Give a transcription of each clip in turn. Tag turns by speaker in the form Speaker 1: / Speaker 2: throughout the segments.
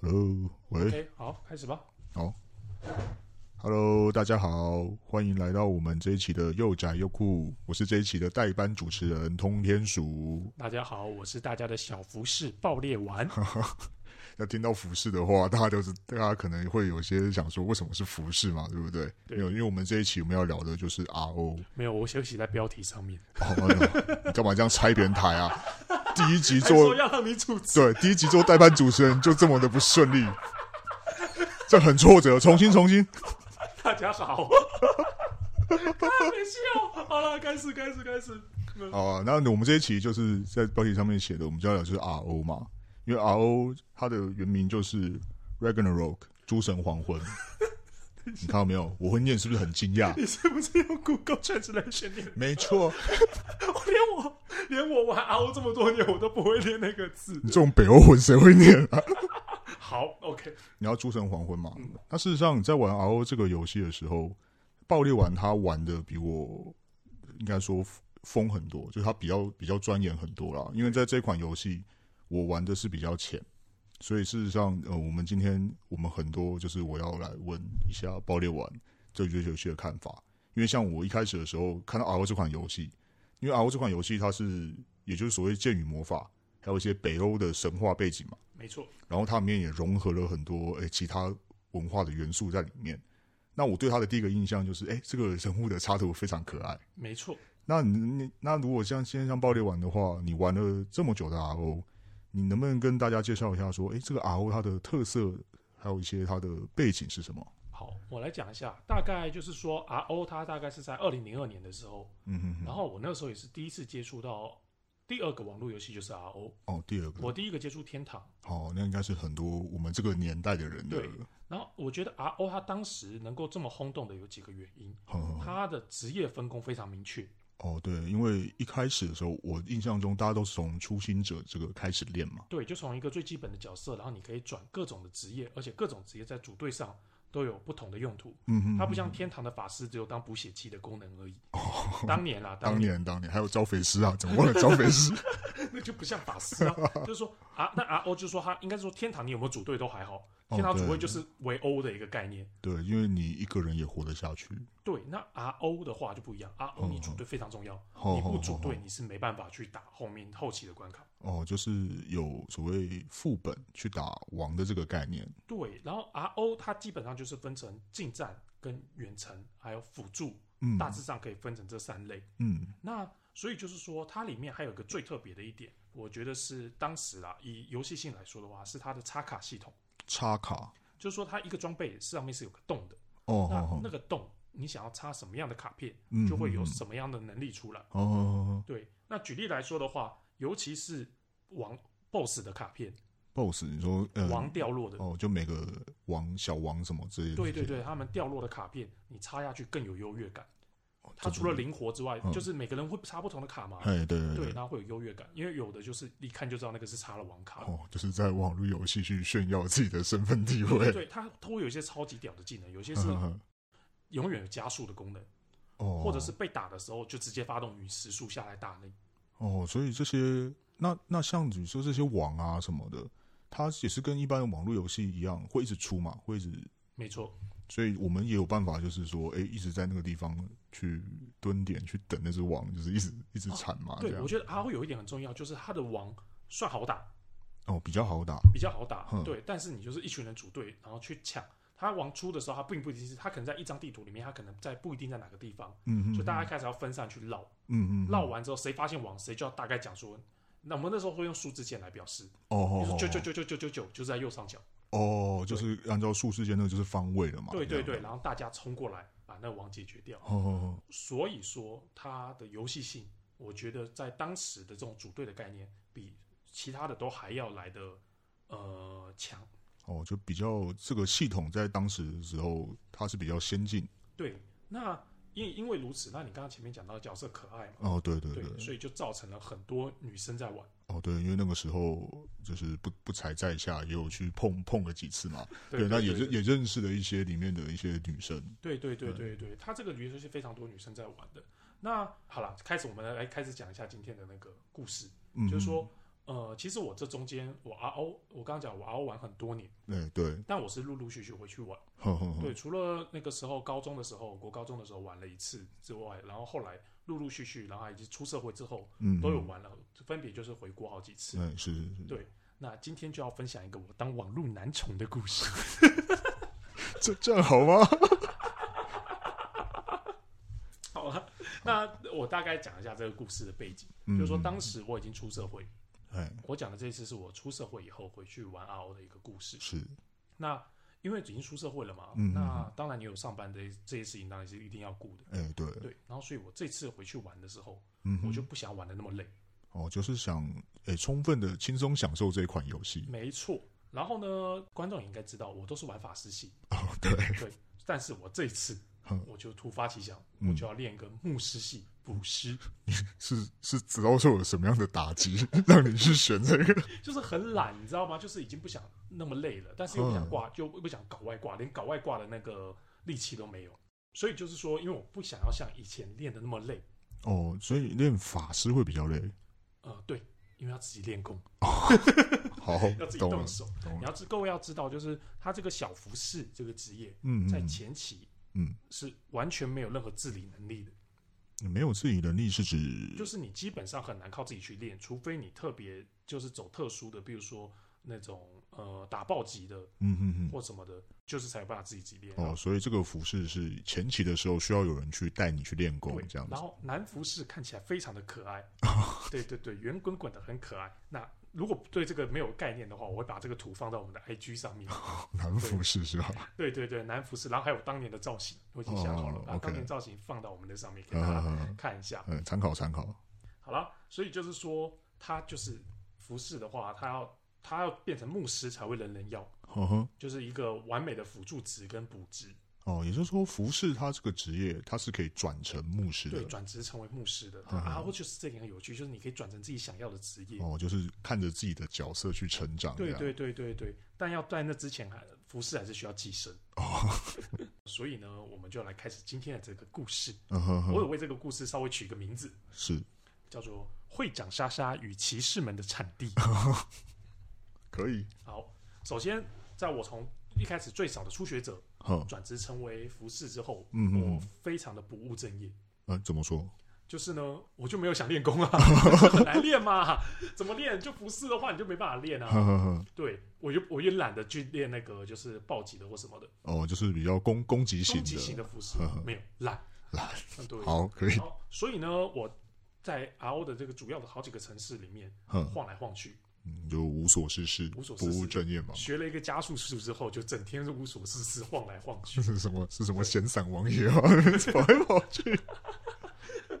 Speaker 1: Hello，喂
Speaker 2: OK，好，哎开始吧。
Speaker 1: ，Hello，大家好，欢迎来到我们这一期的又宅又酷，我是这一期的代班主持人通天鼠。
Speaker 2: 大家好，我是大家的小服饰爆裂丸。
Speaker 1: 那听到服饰的话，大家都是大家可能会有些想说，为什么是服饰嘛，对不对？
Speaker 2: 对
Speaker 1: 没有，因为我们这一期我们要聊的就是 RO。
Speaker 2: 没有，我休息在标题上面。
Speaker 1: 好、哦，你干嘛这样拆别人台啊？ 第一集
Speaker 2: 还
Speaker 1: 做
Speaker 2: 说要让你主持，
Speaker 1: 对，第一集做代班主持人就这么的不顺利，这很挫折。重新，重新。
Speaker 2: 大家好。看没笑，好了，开始，开始，开始。
Speaker 1: 好啊，那我们这一期就是在标题上面写的，我们就要聊就是 RO 嘛，因为 RO 它的原名就是 Ragnarok 诸神黄昏。你看到没有？我会念是不是很惊讶？
Speaker 2: 你是不是用 Google Translation 念？
Speaker 1: 没错，
Speaker 2: 我连我连我玩 RO 这么多年，我都不会念那个字
Speaker 1: 你。这种北欧文谁会念啊？
Speaker 2: 好，OK，
Speaker 1: 你要诸神黄昏嘛？那事实上，你在玩 RO 这个游戏的时候，爆裂丸他玩的比我应该说疯很多，就是他比较比较钻研很多啦。因为在这款游戏，我玩的是比较浅，所以事实上，呃，我们今天我们很多就是我要来问一下爆裂丸对这个游戏的看法，因为像我一开始的时候看到 RO 这款游戏，因为 RO 这款游戏它是也就是所谓剑与魔法，还有一些北欧的神话背景嘛。
Speaker 2: 没错。
Speaker 1: 然后它里面也融合了很多诶其他文化的元素在里面。那我对它的第一个印象就是，诶，这个人物的插图非常可爱。
Speaker 2: 没错，
Speaker 1: 那你你那如果像现在像爆裂丸的话，你玩了这么久的 RO，你能不能跟大家介绍一下说，诶，这个 RO 它的特色，还有一些它的背景是什么？
Speaker 2: 好，我来讲一下，大概就是说 RO 它大概是在二零零二年的时候，
Speaker 1: 嗯哼
Speaker 2: 然后我那时候也是第一次接触到第二个网络游戏，就是 RO。
Speaker 1: 哼，哦，第二个，
Speaker 2: 我第一个接触天堂，
Speaker 1: 哦，那应该是很多我们这个年代的人的，
Speaker 2: 对然后我觉得 RO 它当时能够这么轰动的有几个原因，
Speaker 1: 呵呵呵
Speaker 2: 它的职业分工非常明确，
Speaker 1: 哦，对，因为一开始的时候，我印象中大家都是从初心者这个开始练嘛，
Speaker 2: 对，就从一个最基本的角色，然后你可以转各种的职业，而且各种职业在组队上都有不同的用途。
Speaker 1: 嗯哼
Speaker 2: 它
Speaker 1: 哼哦
Speaker 2: 不像天堂的法师只有当补血剂的功能而已。当年啦，
Speaker 1: 当
Speaker 2: 年
Speaker 1: 年当年还有招匪师啊，怎么会有招匪师？
Speaker 2: 那就不像法师啊，就是说啊，那 RO 就是说他应该是说天堂你有没有组队都还好，
Speaker 1: 哦
Speaker 2: 天堂组
Speaker 1: 对
Speaker 2: 队就是围殴的一个概念。
Speaker 1: 对，因为你一个人也活得下去。
Speaker 2: 对，那 RO 的话就不一样，RO 你组队非常重要，
Speaker 1: 哦
Speaker 2: 你不
Speaker 1: 哦
Speaker 2: 组
Speaker 1: 哦
Speaker 2: 队你是没办法去打后面后期的关卡。
Speaker 1: 哦，就是有所谓副本去打王的这个概念。
Speaker 2: 对，然后 RO 它基本上就是分成近战跟远程，还有辅助，
Speaker 1: 嗯
Speaker 2: 大致上可以分成这三类。
Speaker 1: 嗯
Speaker 2: 那所以就是说，它里面还有一个最特别的一点，我觉得是当时啦，以游戏性来说的话，是它的插卡系统，
Speaker 1: 插卡
Speaker 2: 就是说它一个装备上面是有个洞的，
Speaker 1: 哦
Speaker 2: 那
Speaker 1: 哦
Speaker 2: 那个洞你想要插什么样的卡片，
Speaker 1: 嗯
Speaker 2: 就会有
Speaker 1: 嗯嗯
Speaker 2: 什么样的能力出来。
Speaker 1: 哦哦
Speaker 2: 对，那举例来说的话，尤其是王 BOSS 的卡片，
Speaker 1: ，BOSS，你说呃
Speaker 2: 王掉落的，
Speaker 1: 哦，就每个王小王什么之类的。
Speaker 2: 对对，对，他们掉落的卡片，你插下去更有优越感。
Speaker 1: 哦
Speaker 2: 它除了灵活之外，
Speaker 1: 嗯
Speaker 2: 就是每个人会插不同的卡嘛，
Speaker 1: 哎对对
Speaker 2: 对，
Speaker 1: 对。
Speaker 2: 然后会有优越感，因为有的就是一看就知道那个是插了王卡，
Speaker 1: 哦，就是在网络游戏去炫耀自己的身份地
Speaker 2: 对对
Speaker 1: 位，
Speaker 2: 对，它它会有一些超级屌的技能，有些是
Speaker 1: 呵呵
Speaker 2: 永远有加速的功能，
Speaker 1: 嗯哦，
Speaker 2: 或者是被打的时候就直接发动与时速下来打你。
Speaker 1: 哦，所以这些那那像你说这些网啊什么的，它也是跟一般的网络游戏一样，会一直出嘛，会一直，
Speaker 2: 没错，
Speaker 1: 所以我们也有办法，就是说，哎、一直在那个地方去蹲点去等那只网，就是一直一直铲嘛，啊这
Speaker 2: 啊对，
Speaker 1: 样
Speaker 2: 我觉得 R 会有一点很重要，就是它的王算好打，
Speaker 1: 哦比较好打
Speaker 2: 比较好打
Speaker 1: 嗯，
Speaker 2: 对。但是你就是一群人组队，然后去抢。他王出的时候，他并不一定是，他可能在一张地图里面，他可能在不一定在哪个地方，
Speaker 1: 嗯嗯
Speaker 2: 所以大家开始要分散去绕，
Speaker 1: 嗯嗯
Speaker 2: 绕完之后谁发现王，谁就要大概讲说，那我们那时候会用数字键来表示，
Speaker 1: 哦
Speaker 2: 就
Speaker 1: 哦
Speaker 2: 是
Speaker 1: 哦
Speaker 2: 九九九九九九九，就是在右上角，
Speaker 1: 哦，就是按照数世界那个就是方哦位了嘛，
Speaker 2: 对
Speaker 1: 这
Speaker 2: 对
Speaker 1: 样
Speaker 2: 对，，然后大家冲过来把那个王解决掉。
Speaker 1: 哦哦
Speaker 2: 所以说，它的游戏性，我觉得在当时的这种组队的概念，比其他的都还要来的呃强。
Speaker 1: 哦哦，就比较这个系统在当时的时候它是比较先进
Speaker 2: 对，那因因为如此，那你刚刚前面讲到角色可爱嘛，
Speaker 1: 哦，对对
Speaker 2: 对，所以就造成了很多女生在玩，
Speaker 1: 哦，对，因为那个时候就是不不才在下，也有去碰碰了几次嘛。
Speaker 2: 对，
Speaker 1: 那也
Speaker 2: 对
Speaker 1: 认也认识了一些里面的一些女生。
Speaker 2: 对对对对对，它这个游戏是非常多女生在玩的。那好了，开始我们来开始讲一下今天的那个故事，
Speaker 1: 嗯，
Speaker 2: 就是说呃，其实我这中间我 RO，我刚刚讲我 RO 玩很多年，
Speaker 1: 哎，对，
Speaker 2: 但我是陆陆续续回去玩。
Speaker 1: 哼哼哼
Speaker 2: 对，除了那个时候高中的时候，国高中的时候玩了一次之外，然后后来陆陆续续，然后以及出社会之后
Speaker 1: 嗯，
Speaker 2: 都有玩了，分别就是回国好几次。
Speaker 1: 哎，是 是是，
Speaker 2: 对，那今天就要分享一个我当网路男宠的故事。
Speaker 1: 这这样好吗？
Speaker 2: 好了，那我大概讲一下这个故事的背景，
Speaker 1: 嗯
Speaker 2: 就是说当时我已经出社会，
Speaker 1: 哎，
Speaker 2: 我讲的这一次是我出社会以后回去玩 RO 的一个故事。
Speaker 1: 是，
Speaker 2: 那因为已经出社会了嘛，
Speaker 1: 嗯
Speaker 2: 那当然你有上班的这些事情，当然是一定要顾的。
Speaker 1: 哎，对，
Speaker 2: 对，然后所以我这次回去玩的时候，
Speaker 1: 嗯
Speaker 2: 我
Speaker 1: 哼，
Speaker 2: 就不想玩的那么累。
Speaker 1: 哦，就是想哎，充分的轻松享受这一款游戏，
Speaker 2: 没错。然后呢，观众也应该知道，我都是玩法师系，
Speaker 1: 哦，对，
Speaker 2: 但是我这一次
Speaker 1: 哼
Speaker 2: 我就突发奇想，
Speaker 1: 嗯
Speaker 2: 我就要练一个牧师系捕师，
Speaker 1: 是是遭受了什么样的打击，让你去选这个？
Speaker 2: 就是很懒，你知道吗？就是已经不想那么累了，但是又
Speaker 1: 嗯
Speaker 2: 不想挂，就不想搞外挂，连搞外挂的那个力气都没有。所以就是说，因为我不想要像以前练的那么累，
Speaker 1: 哦，所以练法师会比较累。
Speaker 2: 呃，对，因为要自己练功，
Speaker 1: 好
Speaker 2: 要自，己
Speaker 1: 懂了
Speaker 2: 动，手。
Speaker 1: 懂
Speaker 2: 你
Speaker 1: 了。
Speaker 2: 要知各位要知道，就是他这个小服饰这个职业，
Speaker 1: 嗯，
Speaker 2: 在
Speaker 1: 嗯
Speaker 2: 前期
Speaker 1: 嗯
Speaker 2: 是完全没有任何自理能力的。
Speaker 1: 你没有自己能力是指
Speaker 2: 就是你基本上很难靠自己去练，除非你特别就是走特殊的，比如说那种呃打暴击的
Speaker 1: 嗯嗯嗯
Speaker 2: 或什么的，就是才有办法自己自己练。
Speaker 1: 哦，所以这个服饰是前期的时候需要有人去带你去练功
Speaker 2: 对
Speaker 1: 这样，子
Speaker 2: 然。后男服饰看起来非常的可 爱，对对对，圆滚滚的很可爱。那如果对这个没有概念的话，我会把这个图放到我们的 IG 上面。
Speaker 1: 男服饰是吧？
Speaker 2: 对对对，男服饰，然后还有当年的造型，我已经想好了
Speaker 1: 哦，
Speaker 2: 把当
Speaker 1: OK
Speaker 2: 年造型放到我们的上面给
Speaker 1: 嗯嗯
Speaker 2: 大家
Speaker 1: 嗯嗯
Speaker 2: 看一下。
Speaker 1: 嗯，参考参考。
Speaker 2: 好了，所以就是说，他就是服饰的话，他要他要变成牧师才会人人要，
Speaker 1: 呵呵。
Speaker 2: 就是一个完美的辅助职跟补职，
Speaker 1: 哦，也就是说，服饰它这个职业，它是可以转成牧师
Speaker 2: 对，
Speaker 1: 的。
Speaker 2: 转职成为牧师的。
Speaker 1: 嗯
Speaker 2: 啊，或就是这个很有趣，就是你可以转成自己想要的职业。
Speaker 1: 哦，就是看着自己的角色去成长。
Speaker 2: 对
Speaker 1: 这样
Speaker 2: 对对对对，但要在那之前还服饰还是需要寄生。
Speaker 1: 哦，
Speaker 2: 所以呢，我们就来开始今天的这个故事。
Speaker 1: 嗯哼
Speaker 2: 我
Speaker 1: 哼，
Speaker 2: 有为这个故事稍微取一个名字，
Speaker 1: 是
Speaker 2: 叫做《会长莎莎与骑士们的产 地》。
Speaker 1: 可以。
Speaker 2: 好，首先，在我从一开始最少的初学者
Speaker 1: 哼，
Speaker 2: 转职成为服饰之后，
Speaker 1: 嗯嗯
Speaker 2: 我非常的不务正业，
Speaker 1: 呃，怎么说？
Speaker 2: 就是呢，我就没有想练功啊， 就很难练嘛，怎么练？就服饰的话，你就没办法练 啊。
Speaker 1: 呵呵呵。
Speaker 2: 对，我就我也懒得去练那个就是暴击的或什么的
Speaker 1: 哦，就是比较攻攻击型
Speaker 2: 攻击型
Speaker 1: 的。
Speaker 2: 的服饰
Speaker 1: 呵呵，
Speaker 2: 没有懒
Speaker 1: 懒
Speaker 2: 嗯对，
Speaker 1: 好，可以。
Speaker 2: 好，所以呢，我在 RO 的这个主要的好几个城市里面
Speaker 1: 哼，
Speaker 2: 晃来晃去，
Speaker 1: 嗯就无所事事，
Speaker 2: 无所事
Speaker 1: 不
Speaker 2: 事
Speaker 1: 务正业嘛。
Speaker 2: 学了一个加速术之后，就整天是无所事事晃来晃去
Speaker 1: 这。是什么？是什么闲散王爷啊？ 跑来跑去。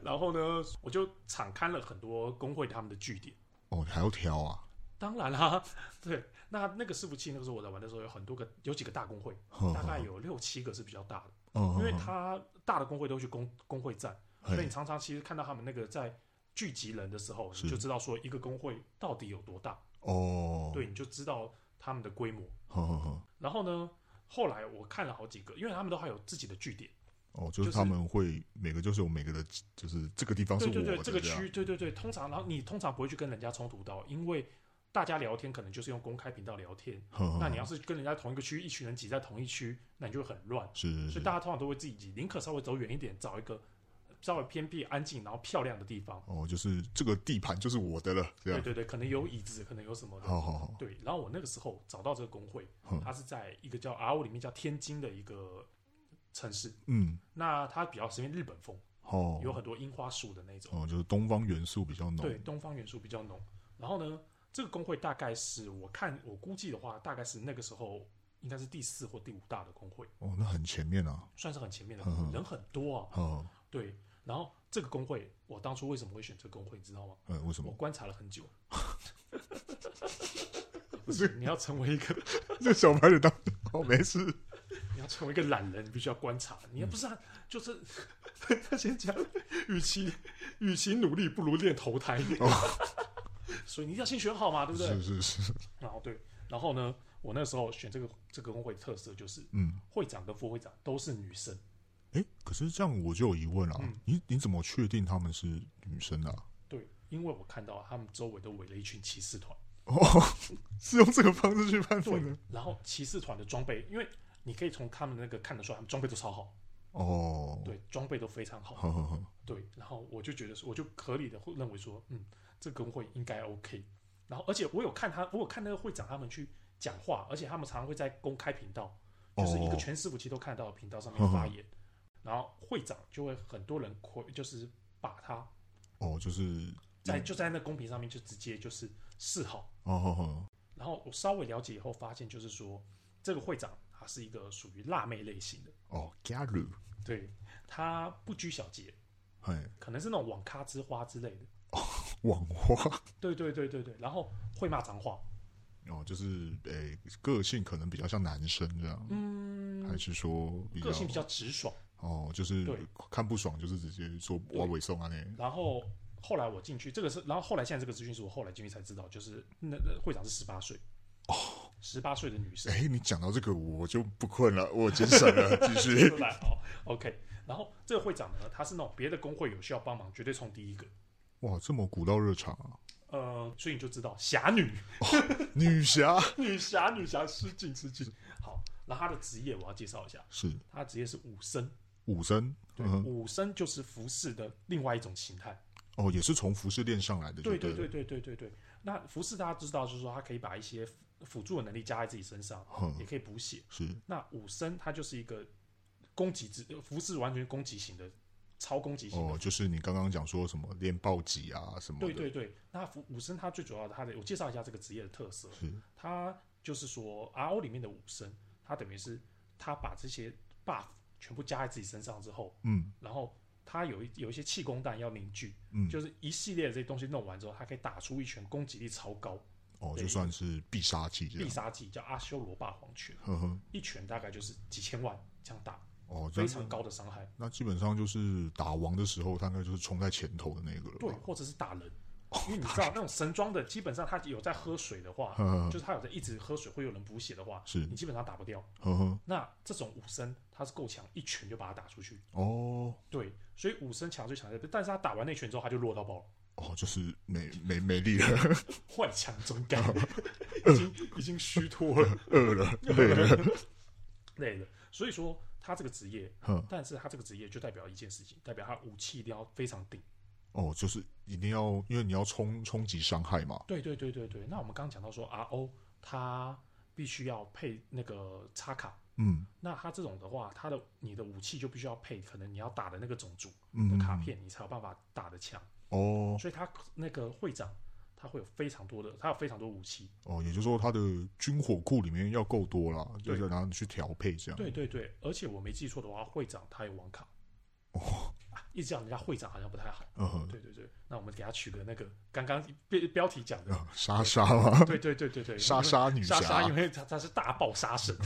Speaker 2: 然后呢，我就敞开了很多工会他们的据点。
Speaker 1: 哦，还要挑啊？
Speaker 2: 当然啦， 对，那那个伺服器那个时候我在玩的时候，有很多个，有几个大工会，
Speaker 1: 呵
Speaker 2: 大概有六七个是比较大的，
Speaker 1: 哦，
Speaker 2: 因为
Speaker 1: 呵呵
Speaker 2: 它大的工会都去工工会战，
Speaker 1: 嘿
Speaker 2: 所以你常常其实看到他们那个在聚集人的时候，
Speaker 1: 是
Speaker 2: 你就知道说一个工会到底有多大，
Speaker 1: 哦，
Speaker 2: 对，你就知道他们的规模。
Speaker 1: 呵，呵呵
Speaker 2: 然后呢，后来我看了好几个，因为他们都还有自己的据点，
Speaker 1: 哦，就是
Speaker 2: 就是
Speaker 1: 他们会每个就是有每个的，就是这个地哦方是
Speaker 2: 对
Speaker 1: 我
Speaker 2: 对对，
Speaker 1: 的
Speaker 2: 这个
Speaker 1: 样
Speaker 2: 区，对对对，通常然后你通常不会去跟人家冲突到，因为大家聊天可能就是用公开频道聊天，
Speaker 1: 呵呵
Speaker 2: 那你要是跟人家同一个区，一群人挤在同一区，那你就会很乱。
Speaker 1: 是
Speaker 2: 所
Speaker 1: 是
Speaker 2: 以大家通常都会自己挤，宁可稍微走远一点，找一个稍微偏僻、安静，然后漂亮的地方。
Speaker 1: 哦，就是这个地盘就是我的了，这
Speaker 2: 对
Speaker 1: 样。
Speaker 2: 对对，可能有椅子，可能有什么的。
Speaker 1: 好好好，
Speaker 2: 对，然后我那个时候找到这个工会
Speaker 1: 嗯，
Speaker 2: 它是在一个叫 RO 里面叫天津的一个城市。
Speaker 1: 嗯，
Speaker 2: 那它比较是因为日本风，
Speaker 1: 哦，
Speaker 2: 有很多樱花树的那种，
Speaker 1: 哦，就是东方元素比较浓，
Speaker 2: 对，东方元素比较浓。然后呢，这个工会大概是我看我估计的话，大概是那个时候应该是第四或第五大的工会，
Speaker 1: 哦，那很前面啊，
Speaker 2: 算是很前面的，
Speaker 1: 嗯嗯
Speaker 2: 人很多啊。
Speaker 1: 哦，
Speaker 2: 对，然后这个工会，我当初为什么会选这个工会，你知道吗？
Speaker 1: 嗯，为什
Speaker 2: 我
Speaker 1: 么？
Speaker 2: 观察了很 久。不是，你要成为一个，
Speaker 1: 这小白的当哦，没事，
Speaker 2: 你要成为一个懒人，你必须要观察。你要不是、啊，就是 他先讲，与其与其努力，不如练投胎。 所以你一定要先选好嘛，对不对？
Speaker 1: 是是是，
Speaker 2: 然后对，然后呢，我那时候选这个这个工会的特色就是，
Speaker 1: 嗯，
Speaker 2: 会长跟副会长都是女生。
Speaker 1: 哎，可是这样我就有疑问了、
Speaker 2: 嗯
Speaker 1: 你你怎么确定他们是女生啊？
Speaker 2: 对，因为我看到他们周围都围了一群骑士团，
Speaker 1: 哦，是用这个方式去判断的。
Speaker 2: 然后骑士团的装备，因为你可以从他们那个看得出来，他们装备都超好，
Speaker 1: 哦，，
Speaker 2: 对，装备都非常好，
Speaker 1: 好好好，
Speaker 2: 对。然后我就觉得说，我就合理的认为说，嗯，这个工会应该 OK。然后，而且我有看他，我有看那个会长他们去讲话，而且他们常常会在公开频道，就是一个
Speaker 1: 哦
Speaker 2: 全伺服器都看得到的频道上面发言。然后会长就会很多人亏，就是把他
Speaker 1: 哦，就是，
Speaker 2: 在就在那公屏上面就直接就是示好，
Speaker 1: 哦，好好，
Speaker 2: 然后我稍微了解以后发现，就是说这个会长她是一个属于辣妹类型的，
Speaker 1: 哦，加入，
Speaker 2: 对她不拘小节，
Speaker 1: 嘿，
Speaker 2: 可能是那种网咖之花之类的。
Speaker 1: 网花，
Speaker 2: 对对对对对，然后会骂脏话，
Speaker 1: 哦，就是，诶、个性可能比较像男生这样，嗯，还是说比较，
Speaker 2: 个性比较直爽。
Speaker 1: 哦，就是
Speaker 2: 对
Speaker 1: 看不爽就是直接说我猥送啊那，
Speaker 2: 然后后来我进去，这个是，然后后来现在这个资讯是我后来进去才知道，就是那那会长是十八岁，哦，十八岁的女生。
Speaker 1: 哎、你讲到这个我就不困了，我精神了，继续，
Speaker 2: 出来哦，OK。然后这个会长呢，他是那种别的工会有需要帮忙，绝对冲第一个。
Speaker 1: 哇，这么古道热肠啊，
Speaker 2: 呃，所以你就知道 侠女，
Speaker 1: 女侠
Speaker 2: 女侠，女侠，失敬失敬。好，然后她的职业我要介绍一下，
Speaker 1: 是
Speaker 2: 她的职业是武僧，
Speaker 1: 武僧，
Speaker 2: 对，
Speaker 1: 嗯哼，
Speaker 2: 武僧就是服饰的另外一种形态。
Speaker 1: 哦，也是从服饰链上来的，
Speaker 2: 对
Speaker 1: 对
Speaker 2: 对
Speaker 1: 了
Speaker 2: 对，对对对对。那服饰大家知道，就是说它可以把一些辅辅助的能力加在自己身上，也
Speaker 1: 哼，
Speaker 2: 可以补血。
Speaker 1: 是，
Speaker 2: 那武僧它就是一个攻击之服饰完全攻击型的，超攻击型的。
Speaker 1: 哦，就是你刚刚讲说什么练暴击啊什么的，
Speaker 2: 对对对，那服武僧它最主要的，它的我介绍一下这个职业的特色，
Speaker 1: 是
Speaker 2: 它就是说 RO 里面的武僧，它等于是他把这些 buff 全部加在自己身上之后，
Speaker 1: 嗯
Speaker 2: 然后他有一有一些气功弹要凝聚，
Speaker 1: 嗯，
Speaker 2: 就是一系列的这些东西弄完之后，他可以打出一拳攻击力超高，
Speaker 1: 哦，
Speaker 2: 对
Speaker 1: 就算是必杀技这
Speaker 2: 必
Speaker 1: 样，
Speaker 2: 杀技叫阿修罗霸皇拳，
Speaker 1: 呵呵，
Speaker 2: 一拳大概就是几千万这样打，
Speaker 1: 哦，这
Speaker 2: 非
Speaker 1: 样
Speaker 2: 常高的伤害，
Speaker 1: 那基本上就是打王的时候，他应该就是冲在前头的那个了吧，
Speaker 2: 对，或者是打人。因为你知道那种神装的，基本上他有在喝水的话，
Speaker 1: 呵 呵呵，
Speaker 2: 就是他有在一直喝水，会有人补血的话，
Speaker 1: 是
Speaker 2: 你，基本上打不掉。
Speaker 1: 呵呵，
Speaker 2: 那这种武僧他是够强，一拳就把他打出去。
Speaker 1: 哦。
Speaker 2: 对，所以武僧强最强在这，但是他打完那拳之后他就弱到爆了，
Speaker 1: 哦，就是没没没力了，
Speaker 2: 坏强中干，已经已经虚脱了，
Speaker 1: 饿了，累了，
Speaker 2: 累了。所以说他这个职业，
Speaker 1: 哼，
Speaker 2: 但是他这个职业就代表一件事情，代表他武器一定要非常顶。
Speaker 1: 哦，就是一定要，因为你要冲冲击伤害嘛，
Speaker 2: 对对对对对。那我们刚刚讲到说 RO 他必须要配那个插卡。
Speaker 1: 嗯
Speaker 2: 那他这种的话，他的你的武器就必须要配，可能你要打的那个种族的
Speaker 1: 嗯，
Speaker 2: 卡片，你才有办法打得强。
Speaker 1: 哦
Speaker 2: 所以他那个会长他会有非常多的，他有非常多武器。
Speaker 1: 哦，也就是说他的军火库里面要够多啦，就
Speaker 2: 对
Speaker 1: 是然后你去调配这样，
Speaker 2: 对对对，而且我没记错的话，会长他有网卡。哦、啊，一直讲人家会长好像不太好。
Speaker 1: 嗯哼，
Speaker 2: 对对对，那我们给他取个那个刚刚标标题讲的，
Speaker 1: 呃莎莎嘛，
Speaker 2: 对对对对对，
Speaker 1: 莎莎女
Speaker 2: 莎莎，
Speaker 1: 侠
Speaker 2: 因，为她她是大爆杀 神，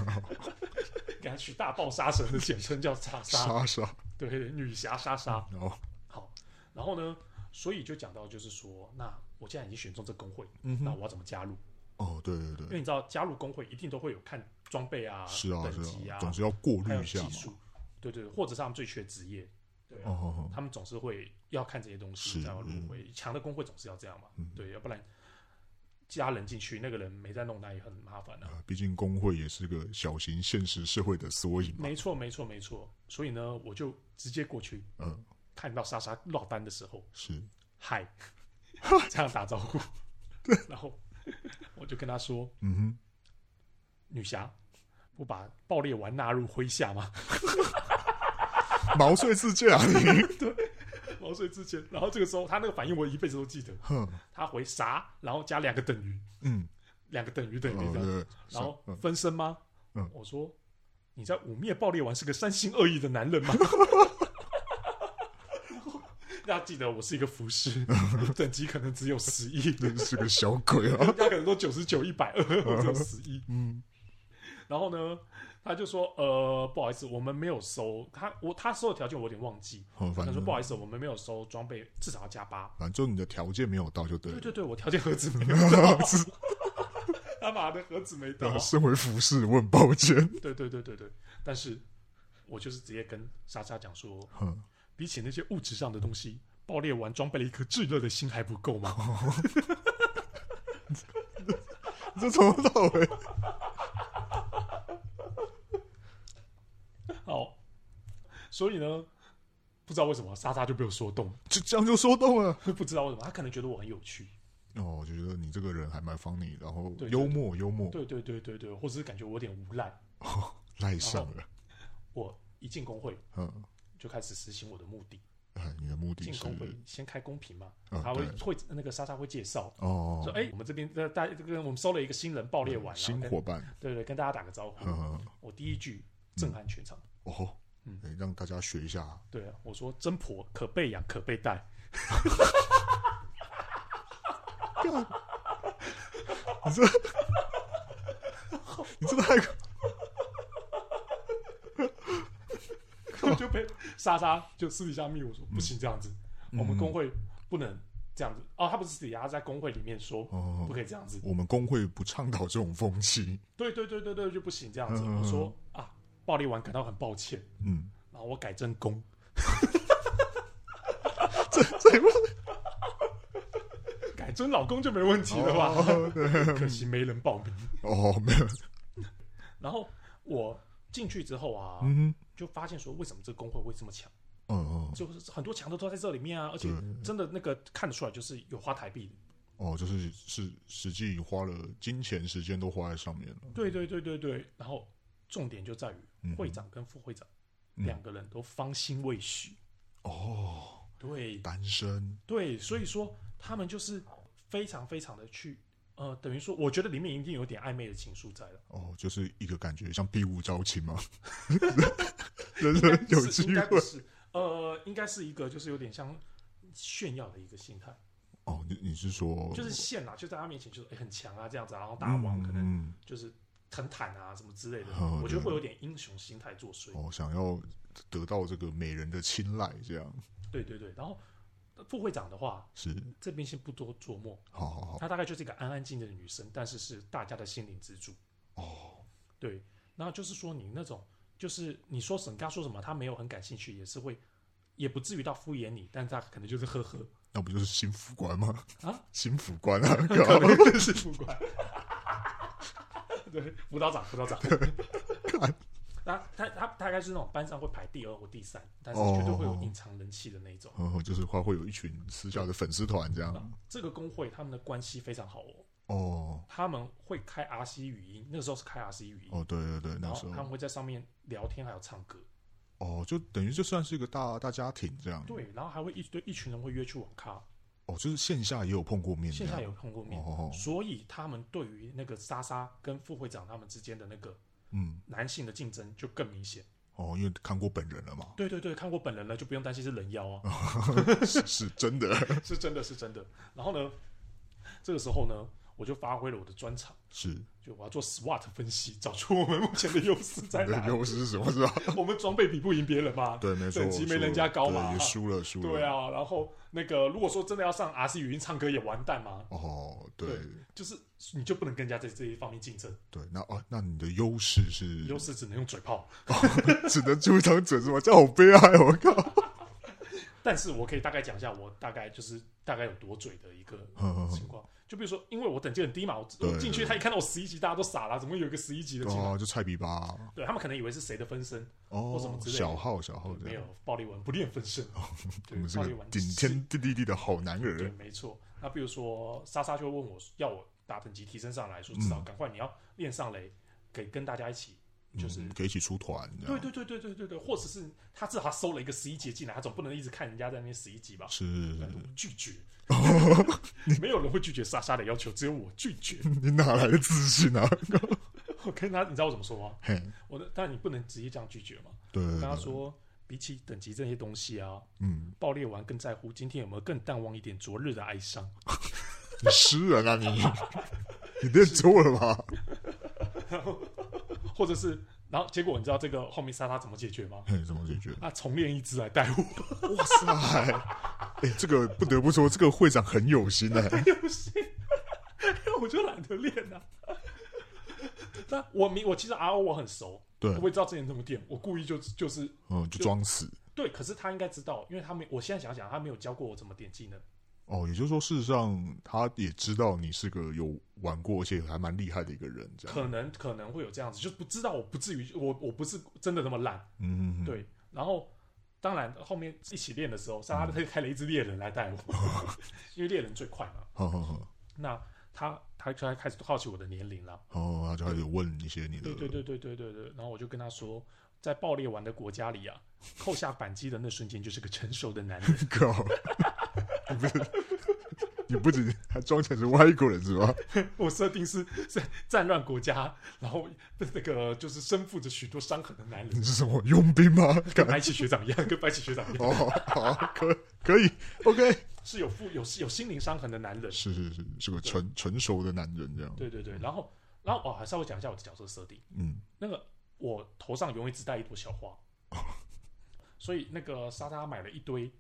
Speaker 2: 给他取大爆杀神的简称叫莎莎，
Speaker 1: 莎莎，
Speaker 2: 对女侠莎莎。
Speaker 1: 然后
Speaker 2: 好，然后呢，所以就讲到就是说，那我既然已经选中这工会，
Speaker 1: 嗯
Speaker 2: 那我要怎么加入？
Speaker 1: 哦，对对
Speaker 2: 因为
Speaker 1: 对，
Speaker 2: 你知道加入工会一定都会有看装备啊、
Speaker 1: 是啊
Speaker 2: 等级
Speaker 1: 是
Speaker 2: 啊
Speaker 1: 啊，、总是要过
Speaker 2: 还
Speaker 1: 滤
Speaker 2: 有
Speaker 1: 一下
Speaker 2: 技
Speaker 1: 嘛，
Speaker 2: 术，对对，对或者是他们最缺职业，对啊、
Speaker 1: 哦哦
Speaker 2: 他们总是会要看这些东
Speaker 1: 是嗯
Speaker 2: 西才要入会。强的工会总是要这样嘛，对，要不然加人进去，那个人没在弄，那也很麻烦啊。
Speaker 1: 哦，毕竟工会也是个小型现实社会的缩影嘛，
Speaker 2: 没错，没错，没错。所以呢，我就直接过去
Speaker 1: 嗯，
Speaker 2: 看到莎莎落单的时候，
Speaker 1: 是，
Speaker 2: 嗨，这样打招呼，然后我就跟他说
Speaker 1: 嗯：“
Speaker 2: 女侠，不把爆裂丸纳入麾下吗
Speaker 1: 哼，毛遂自荐啊你，？”
Speaker 2: 毛遂自荐。然后这个时候，他那个反应我一辈子都记得。
Speaker 1: 哼，
Speaker 2: 他回啥，然后加两个等于，
Speaker 1: 嗯，
Speaker 2: 两个等于等于
Speaker 1: 哦
Speaker 2: 这样。
Speaker 1: 对，
Speaker 2: 然后
Speaker 1: 嗯
Speaker 2: 分身吗？
Speaker 1: 嗯
Speaker 2: 我说你在污蔑爆裂丸是个三心二意的男人吗？ 大家记得我是一个服 饰，等级可能只有十亿，
Speaker 1: 真是个小鬼啊，
Speaker 2: 大家可能都九十九、一百二，我只有十一。
Speaker 1: 嗯，
Speaker 2: 然后呢，他就说：“呃，不好意思，我们没有收他，我他收的条件我有点忘记。
Speaker 1: 好，
Speaker 2: 他
Speaker 1: 反
Speaker 2: 说
Speaker 1: 正
Speaker 2: 不好意思，我们没有收装备，至少要加八。
Speaker 1: 反正你的条件没有到就对了。
Speaker 2: 对对对，我条件盒子没 有到，
Speaker 1: 是
Speaker 2: 他妈的盒子没到
Speaker 1: 呃，。身为服饰，我很抱歉。
Speaker 2: 对对对对对，但是我就是直接跟莎莎讲说，
Speaker 1: 哼，
Speaker 2: 比起那些物质上的东西，爆裂丸装备了一颗炙热的心还不够 吗？
Speaker 1: 这从头到尾，
Speaker 2: 好，所以呢，不知道为什么莎莎就被我说动了，
Speaker 1: 这这样就说动了。
Speaker 2: 不知道为什么，她可能觉得我很有趣，
Speaker 1: 哦，我觉得你这个人还蛮方你，然后
Speaker 2: 对对
Speaker 1: 幽默幽默，
Speaker 2: 对对对对对，或者是感觉我有点无赖。
Speaker 1: 赖上了。
Speaker 2: 我一进工会
Speaker 1: 嗯，
Speaker 2: 就开始实行我的目的，
Speaker 1: 哎，你的目的
Speaker 2: 哦进
Speaker 1: 是
Speaker 2: 工会先开公平嘛，
Speaker 1: 嗯
Speaker 2: 他会
Speaker 1: 对
Speaker 2: 会那个莎莎会介绍。
Speaker 1: 哦
Speaker 2: 说，哎、我们这边呃，大这个我们收了一个新人爆裂丸、啊，
Speaker 1: 新
Speaker 2: 跟
Speaker 1: 伙伴，
Speaker 2: 对对，跟大家打个招呼。
Speaker 1: 嗯，
Speaker 2: 我第一句震撼全场，
Speaker 1: 哦，
Speaker 2: 嗯
Speaker 1: 哎让大家学一下。
Speaker 2: 对啊，我说真婆可被养可 被带，
Speaker 1: 你这，你真的 还
Speaker 2: 我就被莎莎就私底下密我说不
Speaker 1: 嗯
Speaker 2: 行这样子，我们工会不能这样子。哦，他不是私底下在工会里面说
Speaker 1: 哦
Speaker 2: 不，可以这样子，
Speaker 1: 我们工会不倡导这种风气。
Speaker 2: 对对对对对，就不行这样子。
Speaker 1: 嗯
Speaker 2: 我说啊，暴力丸感到很抱歉，
Speaker 1: 嗯，
Speaker 2: 然后我改正功，
Speaker 1: 这这
Speaker 2: 改正老公就没问题了吧？
Speaker 1: 哦
Speaker 2: 可惜没人报名。
Speaker 1: 哦，没有，
Speaker 2: 然后我进去之后啊，
Speaker 1: 嗯
Speaker 2: 就发现说为什么这个工会会这么强，
Speaker 1: 嗯嗯，
Speaker 2: 就是很多强的都在这里面啊，而且
Speaker 1: 对
Speaker 2: 真的那个看得出来就是有花台币的。
Speaker 1: 哦，就是是实际花了金钱、时间都花在上面了。
Speaker 2: 对对对对对，然后重点就在于
Speaker 1: 嗯
Speaker 2: 会长跟副会长、
Speaker 1: 嗯
Speaker 2: 两个人都芳心未许，
Speaker 1: 哦，
Speaker 2: 对
Speaker 1: 单身，
Speaker 2: 对，所以说他们就是非常非常的去，呃，等于说我觉得里面一定有点暧昧的情愫在了，
Speaker 1: 哦，就是一个感觉像避无招亲 嘛， 人人有
Speaker 2: 是
Speaker 1: 机
Speaker 2: 应该
Speaker 1: 会
Speaker 2: 不。是，呃，应该是一个就是有点像炫耀的一个心态，
Speaker 1: 哦，你你是说
Speaker 2: 就是现啦，就在他面前就是、诶很强啊这样子啊，然后大王可能
Speaker 1: 嗯
Speaker 2: 就是很坦啊什么之类的，
Speaker 1: 哦
Speaker 2: 我觉得
Speaker 1: 对
Speaker 2: 会有点英雄心态作祟，
Speaker 1: 哦，想要得到这个美人的青睐，这样
Speaker 2: 对对对，然后副会长的话
Speaker 1: 是
Speaker 2: 这边先不多琢磨。
Speaker 1: 好好好
Speaker 2: 她大概就是一个安安静静的女生，但是是大家的心灵支柱。
Speaker 1: 哦，
Speaker 2: 对，然后就是说你那种，就是你说什么，跟她说什么，她没有很感兴趣，也是会，也不至于到敷衍你，但她可能就是呵呵
Speaker 1: 那不就是心腹官吗？
Speaker 2: 啊，
Speaker 1: 心腹官 啊，
Speaker 2: 可
Speaker 1: 靠
Speaker 2: 能就是不管。对，辅导长，辅 导长。那他他大概是那种班上会排第二或第三，但是绝对会有隐藏人气的那一种。
Speaker 1: 哦，就是会会有一群私下的粉丝团这样。
Speaker 2: 这个工会他们的关系非常好哦，
Speaker 1: 哦
Speaker 2: 他们会开 RC 语音，那个时候是开 RC 语音，
Speaker 1: 哦，对对对，
Speaker 2: 然
Speaker 1: 那时
Speaker 2: 后他们
Speaker 1: 候
Speaker 2: 会在上面聊天，还有唱歌，
Speaker 1: 哦，就等于就算是一个大大家庭这样。
Speaker 2: 对，然后还会一堆一群人会约去网咖，
Speaker 1: 哦，就是线下也有碰过面这
Speaker 2: 线
Speaker 1: 样，
Speaker 2: 下有碰过面，
Speaker 1: 哦，
Speaker 2: 所以他们对于那个莎莎跟副会长他们之间的那个
Speaker 1: 嗯，
Speaker 2: 男性的竞争就更明显。
Speaker 1: 哦，因为看过本人了 嘛，
Speaker 2: 对对对，看过本人了，就不用担心是人妖
Speaker 1: 哦
Speaker 2: 啊，
Speaker 1: 是是真的，
Speaker 2: 是真的是真的。然后呢，这个时候呢，我就发挥了我的专长，
Speaker 1: 是
Speaker 2: 就我要做 SWOT 分析，找出我们目前的优势 在
Speaker 1: 你的
Speaker 2: 哪。
Speaker 1: 优势是什么？是吧？
Speaker 2: 我们装备比不赢别人嘛，
Speaker 1: 对，没错，
Speaker 2: 等级没
Speaker 1: 输了
Speaker 2: 人家高嘛
Speaker 1: 对也输了，输了。
Speaker 2: 对，啊。然后那个如果说真的要上 RC 语音唱歌也完蛋嘛，
Speaker 1: 哦，对
Speaker 2: 对就是你就不能跟人家在这一方面竞争，
Speaker 1: 对，那哦，那你的优势是
Speaker 2: 优势只能用嘴炮。
Speaker 1: 只能出一张嘴是吗？这样好悲哀，我 靠！
Speaker 2: 但是我可以大概讲一下，我大概就是大概有多嘴的一个
Speaker 1: 嗯
Speaker 2: 情况。就比如说，因为我等级很低嘛，我
Speaker 1: 对
Speaker 2: 我进去，他一看到我十一级，大家都傻了，怎么会有一个十一级的进来？
Speaker 1: 哦，就菜比吧，
Speaker 2: 对他们可能以为是谁的分身，
Speaker 1: 哦
Speaker 2: 或什么，之类的
Speaker 1: 小号小号这
Speaker 2: 没
Speaker 1: 样
Speaker 2: 有，暴力文不练分身，
Speaker 1: 啊哦我
Speaker 2: 对
Speaker 1: 们是
Speaker 2: 暴
Speaker 1: 个
Speaker 2: 力文
Speaker 1: 顶
Speaker 2: 是
Speaker 1: 天立地的好男
Speaker 2: 对，
Speaker 1: 人。
Speaker 2: 没错。那比如说莎莎就会问我，要我打等级提升上来，说
Speaker 1: 嗯
Speaker 2: 至少赶快你要练上雷，给跟大家一起，就是
Speaker 1: 嗯可以一起出团，这
Speaker 2: 对
Speaker 1: 样
Speaker 2: 对对对对对对，或者是他至少他收了一个十一级进来，他总不能一直看人家在那边十一级吧？
Speaker 1: 是
Speaker 2: 但我拒绝，没有人会拒绝莎莎的要求，只有我拒绝。
Speaker 1: 你哪来的自信啊？
Speaker 2: 我跟他，你知道我怎么说吗？
Speaker 1: 嘿，
Speaker 2: 我的，但你不能直接这样拒绝嘛。
Speaker 1: 对，
Speaker 2: 跟他
Speaker 1: 对
Speaker 2: 说，比起等级这些东西啊，
Speaker 1: 嗯，
Speaker 2: 爆裂完更在乎今天有没有更淡忘一点昨日的哀伤。
Speaker 1: 你诗人啊你， 你练错了吧？
Speaker 2: 或者是，然后结果你知道这个后面莎莎怎么解决吗？
Speaker 1: 嘿，怎么解决？
Speaker 2: 啊，重练一支来带我，
Speaker 1: 哇塞！哎、这个不得不说，这个会长很有心哎、
Speaker 2: 不行，因为我就懒得练 啊。但我明我其实 RO 我很熟，
Speaker 1: 对
Speaker 2: 我，也知道之前怎么练，我故意就就是
Speaker 1: 嗯，就装死，
Speaker 2: 对，可是他应该知道，因为他没，我现在想想，他没有教过我怎么点技能。
Speaker 1: 哦，也就是说，事实上他也知道你是个有玩过，而且还蛮厉害的一个人，这样。
Speaker 2: 可能可能会有这样子，就不知道我不至于，我我不是真的那么烂，
Speaker 1: 嗯，嗯，嗯
Speaker 2: 对。然后当然后面一起练的时候，
Speaker 1: 嗯
Speaker 2: 莎拉特开了一支猎人来 带我，因为猎人最快嘛。
Speaker 1: 好好好，
Speaker 2: 那他他他开始好奇我的年龄了，
Speaker 1: 哦，他就开始问一些你的，
Speaker 2: 对对对对对对对。然后我就跟他说，在爆裂丸的国家里啊，扣下扳机的那瞬间就是个成熟的男人。
Speaker 1: 靠， 你不是你不止还装成是外国人是吧？
Speaker 2: 我设定是是战乱国家，然后那个就是身负着许多伤痕的男人，
Speaker 1: 你是什么佣兵吗？
Speaker 2: 跟白起学长一样，跟白起学长一样
Speaker 1: 哦，好，可可以，OK，
Speaker 2: 是有负有有心灵伤痕的男人。
Speaker 1: 是是是，是个成成熟的男人这样，
Speaker 2: 对对对，然后然后我哦还稍微讲一下我的角色设定。
Speaker 1: 嗯，
Speaker 2: 那个我头上永远只戴一朵小花，所以那个莎莎买了一堆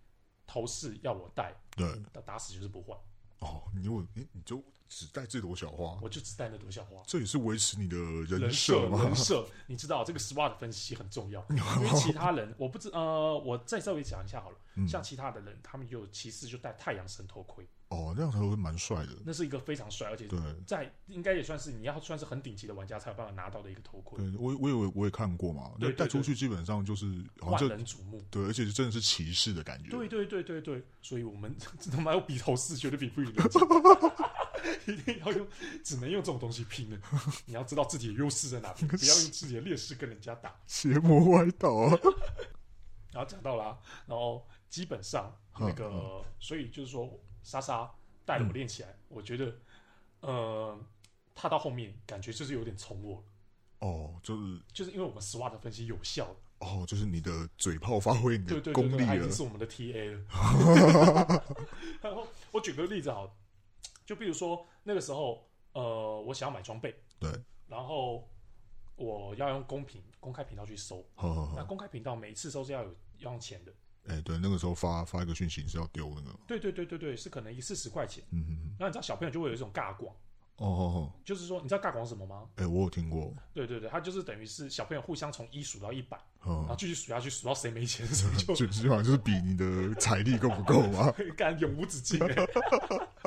Speaker 2: 头饰要我戴，
Speaker 1: 对，
Speaker 2: 打打死就是不换，
Speaker 1: 哦，你我你你就只带这朵小花，
Speaker 2: 我就只戴那朵小花。
Speaker 1: 这也是维持你的人
Speaker 2: 人设，
Speaker 1: 吗
Speaker 2: 人？设，你知道这个 SWOT 分析很 重要，因为其他人我不知呃，我再稍微讲一下好了，
Speaker 1: 嗯
Speaker 2: 像其他的人，他们有骑士就戴太阳神头盔，
Speaker 1: 哦，那样才会蛮帅的，
Speaker 2: 那是一个非常帅，而且
Speaker 1: 对。
Speaker 2: 在应该也算是你要算是很顶级的玩家才有办法拿到的一个头盔，
Speaker 1: 对，我我有我也看过嘛，
Speaker 2: 对
Speaker 1: 那
Speaker 2: 对
Speaker 1: 带出
Speaker 2: 对
Speaker 1: 去基本上就是好
Speaker 2: 万
Speaker 1: 像这
Speaker 2: 人瞩目。
Speaker 1: 对，而且是真的是骑士的感觉，
Speaker 2: 对对对对对，所以我们 这他妈要比头四，绝对比不赢人 家，一定要用，只能用这种东西拼了。你要知道自己的优势在哪 边，不要用自己的劣势跟人家打。
Speaker 1: 邪魔歪倒啊！
Speaker 2: 然后讲到啦，然后基本上那个，
Speaker 1: 嗯
Speaker 2: 所以就是说，莎莎带我练起来，我觉得，呃，她到后面感觉就是有点宠我了，
Speaker 1: 哦，就是
Speaker 2: 就是因为我们 SWOT 分析有效了，
Speaker 1: 哦，就是你的嘴炮发挥你
Speaker 2: 对
Speaker 1: 的
Speaker 2: 对
Speaker 1: 功力
Speaker 2: 对对，她已
Speaker 1: 了
Speaker 2: 经，是我们的 TA 了。然后我举个例子好了，就比如说那个时候，呃，我想要买装备，
Speaker 1: 对，
Speaker 2: 然后我要用公平公开频道去搜，
Speaker 1: 好好
Speaker 2: 那
Speaker 1: 好，
Speaker 2: 公开频道每一次搜是要有要用钱的，
Speaker 1: 哎，对，那个时候发发一个讯息是要丢那个，
Speaker 2: 对对对对对，是可能一次十块钱。
Speaker 1: 嗯哼哼，
Speaker 2: 那你知道小朋友就会有一种尬广，
Speaker 1: 哦哦哦，
Speaker 2: 就是说你知道尬广是什么吗？
Speaker 1: 哎，我有听过，
Speaker 2: 对对对，它就是等于是小朋友互相从一数到一百，然后
Speaker 1: 嗯，
Speaker 2: 继续数下去，数到谁没钱谁就
Speaker 1: 就基本上就是比你的财力够不够啊 嘛，
Speaker 2: 干永无止境、欸。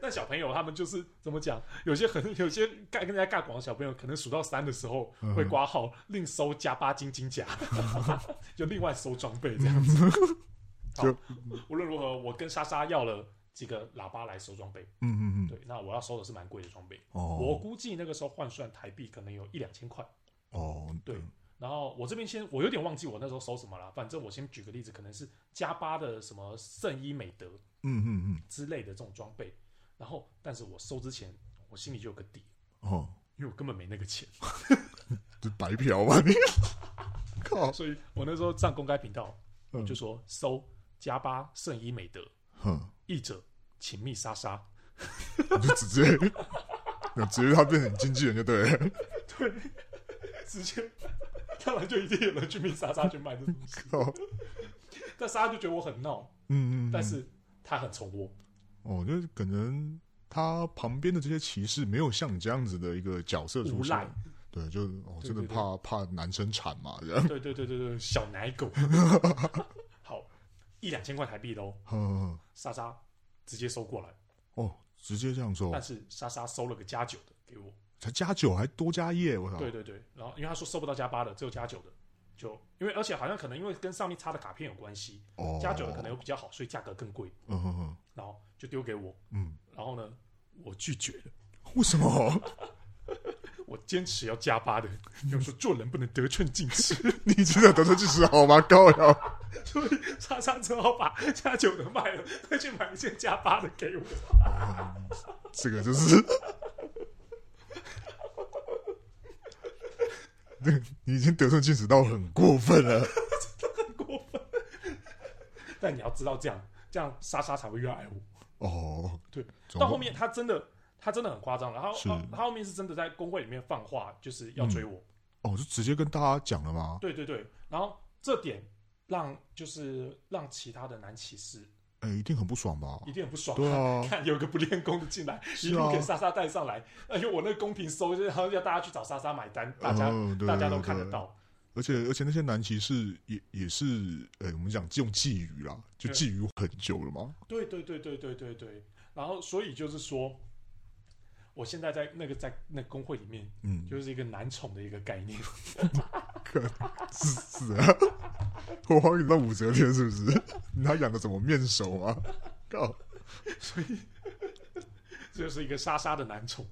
Speaker 2: 那小朋友他们就是怎么讲？有些很有些干跟人家尬广的小朋友，可能数到三的时候会挂号，另收加八金金甲， 就另外收装备这样子。 好
Speaker 1: 就
Speaker 2: 无论如何，我跟莎莎要了几个喇叭来收装备。
Speaker 1: 嗯嗯嗯，
Speaker 2: 对，那我要收的是蛮贵的装备，我
Speaker 1: 哦
Speaker 2: 估计那个时候换算台币可能有一两千块。
Speaker 1: 哦，
Speaker 2: 对，然后我这边先，我有点忘记我那时候收什么了，反正我先举个例子，可能是加八的什么圣衣美德，
Speaker 1: 嗯嗯嗯，
Speaker 2: 之类的这种装备。然后，但是我收之前，我心里就有个底，
Speaker 1: 哦，
Speaker 2: 因为我根本没那个钱，
Speaker 1: 这白嫖吧你， 靠，
Speaker 2: 所以我那时候上公开频道，
Speaker 1: 嗯
Speaker 2: 我就说搜加巴圣伊美德，
Speaker 1: 哼，
Speaker 2: 译者请密莎莎。
Speaker 1: 你就直接，那直接他变成经纪人就对了，
Speaker 2: 对，直接，当然就一定有人去密莎莎去卖这东西。
Speaker 1: 靠，
Speaker 2: 但莎莎就觉得我很闹，
Speaker 1: 嗯嗯，嗯
Speaker 2: 但是她很宠我。
Speaker 1: 哦，就是可能他旁边的这些骑士没有像你这样子的一个角色出
Speaker 2: 无赖
Speaker 1: 现，对，就哦，
Speaker 2: 对
Speaker 1: 真的
Speaker 2: 对对
Speaker 1: 怕怕男生产嘛，这样，
Speaker 2: 对对对对对，小奶狗。好，一两千块台币喽，
Speaker 1: 呵呵呵
Speaker 2: 莎莎直接收过来，
Speaker 1: 哦，直接这样说
Speaker 2: 但，是莎莎收了个加九的给我。
Speaker 1: 才加九还多加夜，我操，
Speaker 2: 对对对，然后因为他说收不到加八的，只有加九的，就因为而且好像可能因为跟上面插的卡片有关系，
Speaker 1: 哦，
Speaker 2: 加九的可能又比较好，所以价格更贵，
Speaker 1: 嗯，嗯嗯
Speaker 2: 然后就丢给我，
Speaker 1: 嗯，
Speaker 2: 然后呢，我拒绝了，
Speaker 1: 为什么？
Speaker 2: 我坚持要加八的，因为说做人不能得寸进尺，
Speaker 1: 你真的得寸进尺好吗？高瑶，
Speaker 2: 所以莎莎只好把加九的卖了，再去买一件加八的给我。
Speaker 1: 这个就是。对，你已经得寸进尺到很过分了。
Speaker 2: 过分。但你要知道，这样这样莎莎才会越爱我。
Speaker 1: 哦，
Speaker 2: 对，
Speaker 1: 总
Speaker 2: 到后面他真的他真的很夸张，然后
Speaker 1: 是
Speaker 2: 他他后面是真的在工会里面放话，就是要追我。
Speaker 1: 哦，就直接跟大家讲了吗？
Speaker 2: 对对对，然后这点让就是让其他的男骑士
Speaker 1: 哎、一定很不爽吧？
Speaker 2: 一定很不爽、
Speaker 1: 对啊，
Speaker 2: 看有个不练功的进来，一路给莎莎带上来，哎呦，我那公屏收，然后要大家去找莎莎买单，大家、
Speaker 1: 哦对
Speaker 2: 大家都
Speaker 1: 对
Speaker 2: 看得
Speaker 1: 对
Speaker 2: 到。
Speaker 1: 而且而且那些男骑士也也是，呃、我们讲用觊觎啦，就
Speaker 2: 对
Speaker 1: 觊觎很久了嘛。
Speaker 2: 对对对对对对对。然后，所以就是说，我现在在那个在那个工会里面，
Speaker 1: 嗯，
Speaker 2: 就是一个男宠的一个概念。
Speaker 1: 是是啊，我还给你到武则天是不是？ 你还养个什么面首啊？ 靠！
Speaker 2: 这就是一个莎莎的男宠，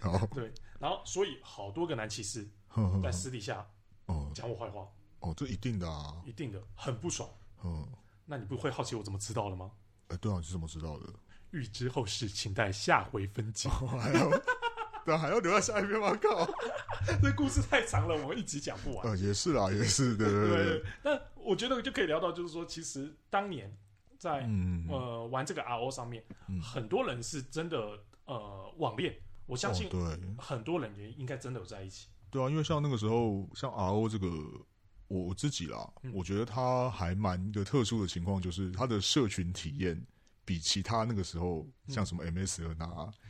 Speaker 1: 好，
Speaker 2: 对。然后，所以好多个男骑士
Speaker 1: 呵呵
Speaker 2: 在私底下
Speaker 1: 哦
Speaker 2: 讲我坏话，
Speaker 1: 哦，这一定的啊，
Speaker 2: 一定的很不爽。
Speaker 1: 嗯，
Speaker 2: 那你不会好奇我怎么知道的吗？
Speaker 1: 哎，对啊，你是怎么知道的？
Speaker 2: 欲知后事，请待下回分解。
Speaker 1: 哦还要，对啊，还要留在下一篇吗？ 靠！
Speaker 2: 这故事太长了，我们一集讲不完。
Speaker 1: 呃，也是啦，也是，对 对
Speaker 2: 对
Speaker 1: 对
Speaker 2: 对
Speaker 1: 对，
Speaker 2: 对，那我觉得就可以聊到，就是说，其实当年在、
Speaker 1: 嗯，哦
Speaker 2: 呃玩这个 RO 上面，
Speaker 1: 嗯
Speaker 2: 很多人是真的呃网恋，我相信
Speaker 1: 哦对
Speaker 2: 很多人也应该真的有在一起。
Speaker 1: 对啊，因为像那个时候，像 RO 这个，我自己啦，
Speaker 2: 嗯
Speaker 1: 我觉得它还蛮一个特殊的情况，就是它的社群体验比其他那个时候，像什么 MSN 啊、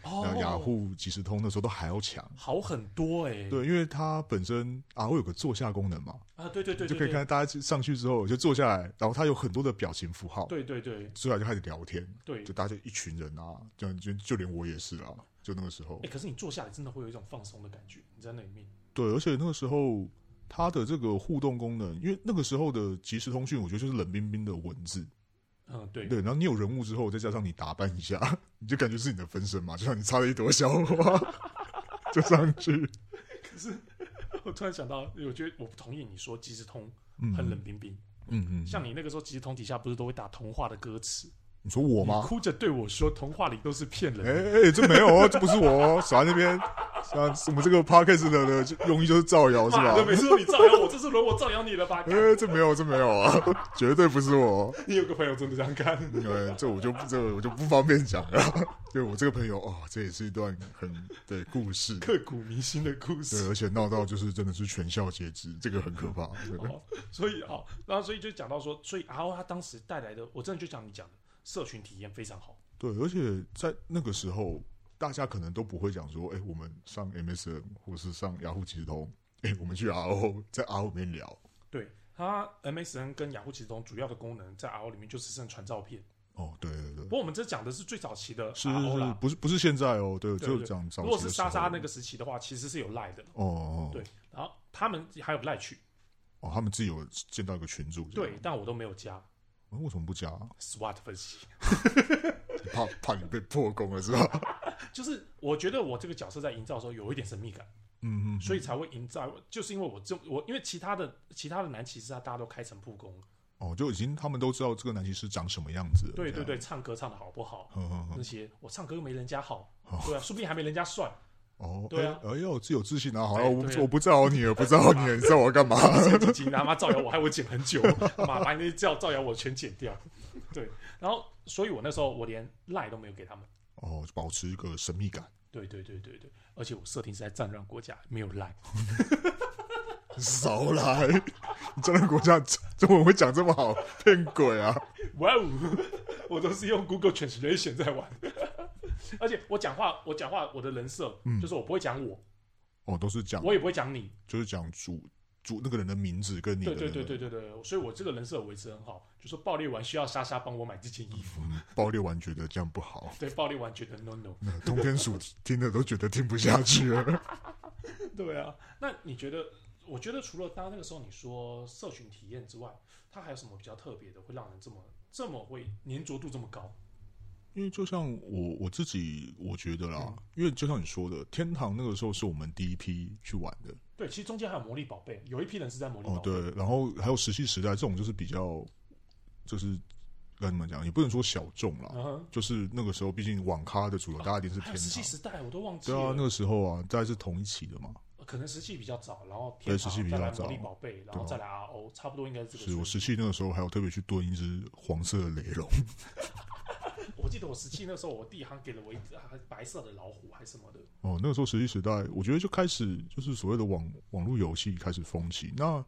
Speaker 2: 嗯哦
Speaker 1: 然后雅虎、即时通那时候都还要强。
Speaker 2: 好很多哎、
Speaker 1: 对，因为它本身 RO 有个坐下功能嘛，
Speaker 2: 啊，对对对，
Speaker 1: 你就可以看大家上去之后就坐下来，然后它有很多的表情符号，
Speaker 2: 对，对对
Speaker 1: 坐下来就开始聊天，
Speaker 2: 对
Speaker 1: 就
Speaker 2: 对。
Speaker 1: 大家一群人啊，就就就连我也是啊，就那个时候
Speaker 2: 哎、。可是你坐下来真的会有一种放松的感觉，你在那里面，
Speaker 1: 对，而且那个时候它的这个互动功能，因为那个时候的即时通讯，我觉得就是冷冰冰的文字，
Speaker 2: 嗯，对，
Speaker 1: 对，然后你有人物之后，再加上你打扮一下，你就感觉是你的分身嘛，就像你插了一朵小花 就上去，
Speaker 2: 可是 我突然想到，我觉得我不同意你说即时通
Speaker 1: 嗯，
Speaker 2: 很冷，冰冰，
Speaker 1: 嗯嗯，
Speaker 2: 像你那个时候即时通底下不是都会打童话的歌词，
Speaker 1: 你说我
Speaker 2: 你
Speaker 1: 吗？
Speaker 2: 哭着对我说童话里都是骗人
Speaker 1: 啊哎
Speaker 2: 的，
Speaker 1: 哎，这没有哦，这不是我哦，少在那边。像我们这个 podcast 的的就用意就是造谣是
Speaker 2: 妈
Speaker 1: 吧
Speaker 2: 的，？每次都你造谣我，这次轮我造谣你了吧？
Speaker 1: 哎、这没有，这没有啊，绝对不是我。
Speaker 2: 你有个朋友真的这样干，
Speaker 1: 呃，这我就不这我就不方便讲了。 对我这个朋友哦，这也是一段很对故事，
Speaker 2: 刻骨铭心的故
Speaker 1: 对，
Speaker 2: 事。
Speaker 1: 而且闹到就是真的是全校皆知，这个很可怕。对
Speaker 2: 哦，所以好，然后所以就讲到说，所以 RO 他当时带来的，我真的就像你讲的，社群体验非常好。
Speaker 1: 对，而且在那个时候，大家可能都不会讲说，哎，我们上 MSN 或是上雅虎即时通，哎，我们去 RO 在 RO 里面聊。
Speaker 2: 对，它 MSN 跟雅虎其中主要的功能在 RO 里面就只剩传照片。
Speaker 1: 哦，对对对
Speaker 2: 不，过我们这讲的是最早期的
Speaker 1: 是
Speaker 2: RO
Speaker 1: 是
Speaker 2: 啦，，
Speaker 1: 不是不是现在哦？对，
Speaker 2: 对
Speaker 1: 只有
Speaker 2: 对
Speaker 1: 这样早
Speaker 2: 如
Speaker 1: 期的时候。
Speaker 2: 果是莎莎那个时期的话，其实是有赖的。
Speaker 1: 哦哦，
Speaker 2: 对，然后他们还有赖群，
Speaker 1: 哦，他们自己有建到一个群组。这样
Speaker 2: 对，，但我都没有加
Speaker 1: 哦为什么不加？
Speaker 2: SWOT 分析。
Speaker 1: 怕怕你被破功了是吧？
Speaker 2: 就是我觉得我这个角色在营造的时候有一点神秘感，
Speaker 1: 嗯嗯，
Speaker 2: 所以才会营造，就是因为我这我因为其他的其他的男骑士啊，大家都开诚布公，
Speaker 1: 哦，就已经他们都知道这个男骑士长什么样子了。
Speaker 2: 对
Speaker 1: 这
Speaker 2: 对
Speaker 1: 样嗯
Speaker 2: 对，，唱歌唱的好不好？
Speaker 1: 哼哼
Speaker 2: 那
Speaker 1: 哼，
Speaker 2: 些我唱歌又没人家好，对啊，说不定还没人家帅，
Speaker 1: 哦，
Speaker 2: 对 啊
Speaker 1: 哎哎呦，自有自信啊！好了，
Speaker 2: 对
Speaker 1: 我
Speaker 2: 对
Speaker 1: 不
Speaker 2: 啊
Speaker 1: 我不造谣你了，不造谣你了，你知道我要干嘛？
Speaker 2: 前几集你他妈造谣我，害我剪很久，妈把你那造造谣我全剪掉。对，然后所以我那时候我连赖都没有给他们。
Speaker 1: 哦，就保持一个神秘感，
Speaker 2: 对对对对对，而且我设定是在战乱国家，没有赖。
Speaker 1: 少来！你真的国家 中中文会讲这么好，骗鬼啊！
Speaker 2: 哇哦， 我都是用 Google Translation 在玩，而且我讲话，我讲话，我的人设、就是我不会讲我，
Speaker 1: 嗯哦，都是讲
Speaker 2: 我也不会讲你。
Speaker 1: 就是讲主主那个人的名字跟你的
Speaker 2: 对对
Speaker 1: 那
Speaker 2: 对
Speaker 1: 个
Speaker 2: 对对对，所以我这个人设维持很好。就说暴力完需要莎莎帮我买这件衣服，
Speaker 1: 嗯爆裂完觉得这样不好，
Speaker 2: 对暴力完觉得 no no。
Speaker 1: 那通天鼠听的都觉得听不下去了。
Speaker 2: 对啊，那你觉得？我觉得除了当那个时候你说社群体验之外，它还有什么比较特别的，会让人这么这么会粘着度这么高？
Speaker 1: 因为就像我我自己，我觉得啦，
Speaker 2: 嗯
Speaker 1: 因为就像你说的，天堂那个时候是我们第一批去玩的，
Speaker 2: 对，其实中间还有魔力宝贝，有一批人是在魔力宝
Speaker 1: 哦，
Speaker 2: 贝。
Speaker 1: 对，然后还有石器时代这种就是比较，就是该怎么讲，也不能说小众啦，
Speaker 2: 嗯哼，
Speaker 1: 就是那个时候，毕竟网咖的主流大家一定是
Speaker 2: 还
Speaker 1: 天
Speaker 2: 有石器
Speaker 1: 堂，
Speaker 2: 时代，我都忘记
Speaker 1: 对啊
Speaker 2: 了。，
Speaker 1: 那个时候啊，大概是同一期的嘛，
Speaker 2: 可能石器比较早，然后
Speaker 1: 对
Speaker 2: 天
Speaker 1: 石
Speaker 2: 堂
Speaker 1: 器比
Speaker 2: 再
Speaker 1: 较
Speaker 2: 来
Speaker 1: 早啊
Speaker 2: 魔力宝贝，然后再来 RO，差不多应该是这个
Speaker 1: 是
Speaker 2: 顺
Speaker 1: 我
Speaker 2: 序。
Speaker 1: 石器那个时候还有特别去蹲一只黄色的雷龙，
Speaker 2: 我记得我石器那时候，我弟还给了我一只还白色的老虎还是什么的。
Speaker 1: 哦，那个时候石器时代，我觉得就开始就是所谓的网网络游戏开始风起，那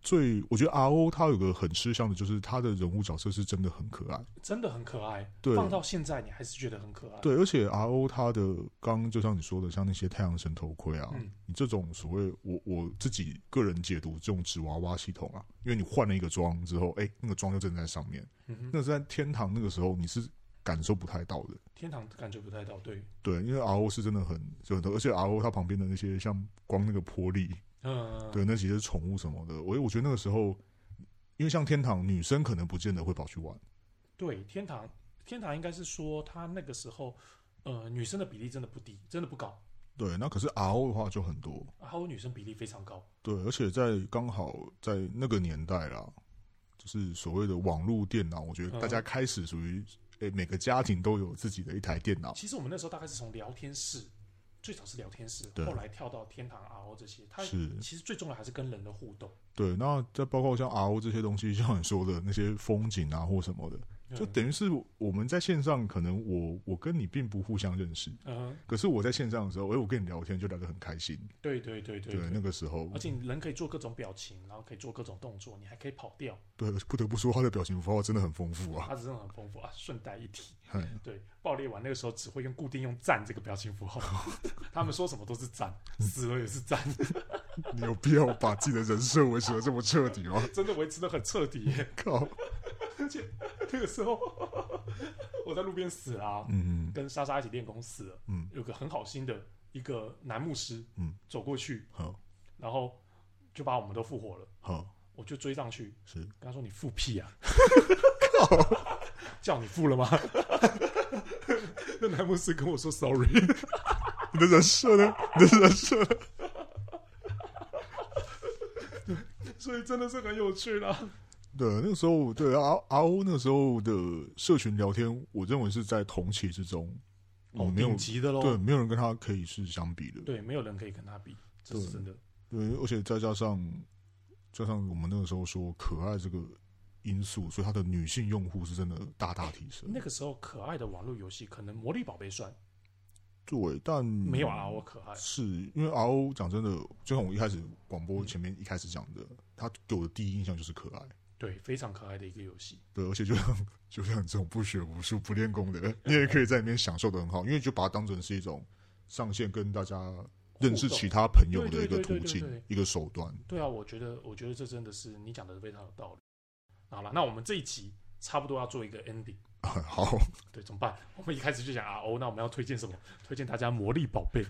Speaker 1: 最我觉得 RO 它有个很吃香的，就是它的人物角色是真的很可爱。
Speaker 2: 真的很可爱。
Speaker 1: 对
Speaker 2: 放到现在你还是觉得很可爱。，
Speaker 1: 对，而且 RO 它的刚刚就像你说的，像那些太阳神头盔啊，
Speaker 2: 嗯
Speaker 1: 你这种所谓我我自己个人解读这种纸娃娃系统啊，因为你换了一个妆之后，哎、那个妆就正在上面，
Speaker 2: 嗯哼，
Speaker 1: 那是在天堂那个时候你是感受不太到的。
Speaker 2: 天堂感觉不太到，对，
Speaker 1: 对，因为 RO 是真的很就很多，而且 RO 它旁边的那些像光那个玻璃，
Speaker 2: 嗯，
Speaker 1: 对，那其实是宠物什么的，我我觉得那个时候，因为像天堂女生可能不见得会跑去玩，
Speaker 2: 对，天堂天堂应该是说他那个时候，呃，女生的比例真的不低，真的不高，
Speaker 1: 对，那可是 RO 的话就很多，
Speaker 2: 然后女生比例非常高。
Speaker 1: 对，而且在刚好在那个年代啦，就是所谓的网络电脑，我觉得大家开始属于诶、每个家庭都有自己的一台电脑，
Speaker 2: 其实我们那时候大概是从聊天室，最早是聊天室，
Speaker 1: 对
Speaker 2: 后来跳到天堂 RO 这些，它
Speaker 1: 是
Speaker 2: 其实最重要还是跟人的互动。
Speaker 1: 对。那再包括像 RO 这些东西，像你说的那些风景啊或什么的，就
Speaker 2: 嗯
Speaker 1: 等于是我们在线上，可能我我跟你并不互相认识，
Speaker 2: 嗯，
Speaker 1: 可是我在线上的时候，诶、我跟你聊天就聊得很开心，
Speaker 2: 对对对对
Speaker 1: 对，那个时候
Speaker 2: 而，且你人可以做各种表情，然后可以做各种动作，你还可以跑掉，
Speaker 1: 对，不得不说他的表情符号真的很丰富 啊，
Speaker 2: 它真的很丰富啊。顺带一提，
Speaker 1: 嘿
Speaker 2: 对，爆裂丸那个时候只会用固定用赞这个表情 符号，他们说什么都是赞，死了也是赞，
Speaker 1: 你有必要把自己的人设维持的这么彻底吗？
Speaker 2: 真的维持的很彻底耶。
Speaker 1: 靠，
Speaker 2: 那个时候 我在路边死了、啊，
Speaker 1: 嗯。
Speaker 2: 跟莎莎一起练功死了。
Speaker 1: 嗯，
Speaker 2: 有个很好心的一个男牧师，
Speaker 1: 嗯，
Speaker 2: 走过去，
Speaker 1: 好，
Speaker 2: 然后就把我们都复活了。
Speaker 1: 好，
Speaker 2: 我就追上去，
Speaker 1: 是
Speaker 2: 跟他说：“你复屁啊！ 叫你复了吗？” 那男牧师跟我说：“Sorry。
Speaker 1: 你的人设呢？你的人设呢，”
Speaker 2: 所以真的是很有趣啦。
Speaker 1: 对，那个时候，对 R R O 那个时候的社群聊天，我认为是在同期之中，我没有、
Speaker 2: 哦顶级的喽。
Speaker 1: 对，没有人跟他可以是相比的，
Speaker 2: 对，没有人可以跟他比，这是真的。
Speaker 1: 对，而且再加上加上我们那个时候说可爱这个因素，所以它的女性用户是真的大大提升。
Speaker 2: 那个时候可爱的网络游戏，可能《魔力宝贝》算
Speaker 1: 对，但
Speaker 2: 没有啊 R O 可爱。
Speaker 1: 是因为 R O 讲真的，就像我一开始广播前面一开始讲的，他给我的第一印象就是可爱。
Speaker 2: 对，非常可爱的一个游戏。
Speaker 1: 对，而且就像就像你这种不学无术、不练功的 人，你也可以在里面享受的很好，因为就把它当成是一种上线跟大家认识
Speaker 2: 互动
Speaker 1: 其他朋友的
Speaker 2: 对
Speaker 1: 一个
Speaker 2: 对
Speaker 1: 途
Speaker 2: 对对对
Speaker 1: 径
Speaker 2: 对、
Speaker 1: 一个手段。
Speaker 2: 对啊，我觉得，我觉得这真的是你讲的非常有道理。好了，那我们这一集差不多要做一个 ending，
Speaker 1: 好，
Speaker 2: 对，怎么办？ 我们一开始就讲 RO，那我们要推荐什么？推荐大家《魔力宝贝》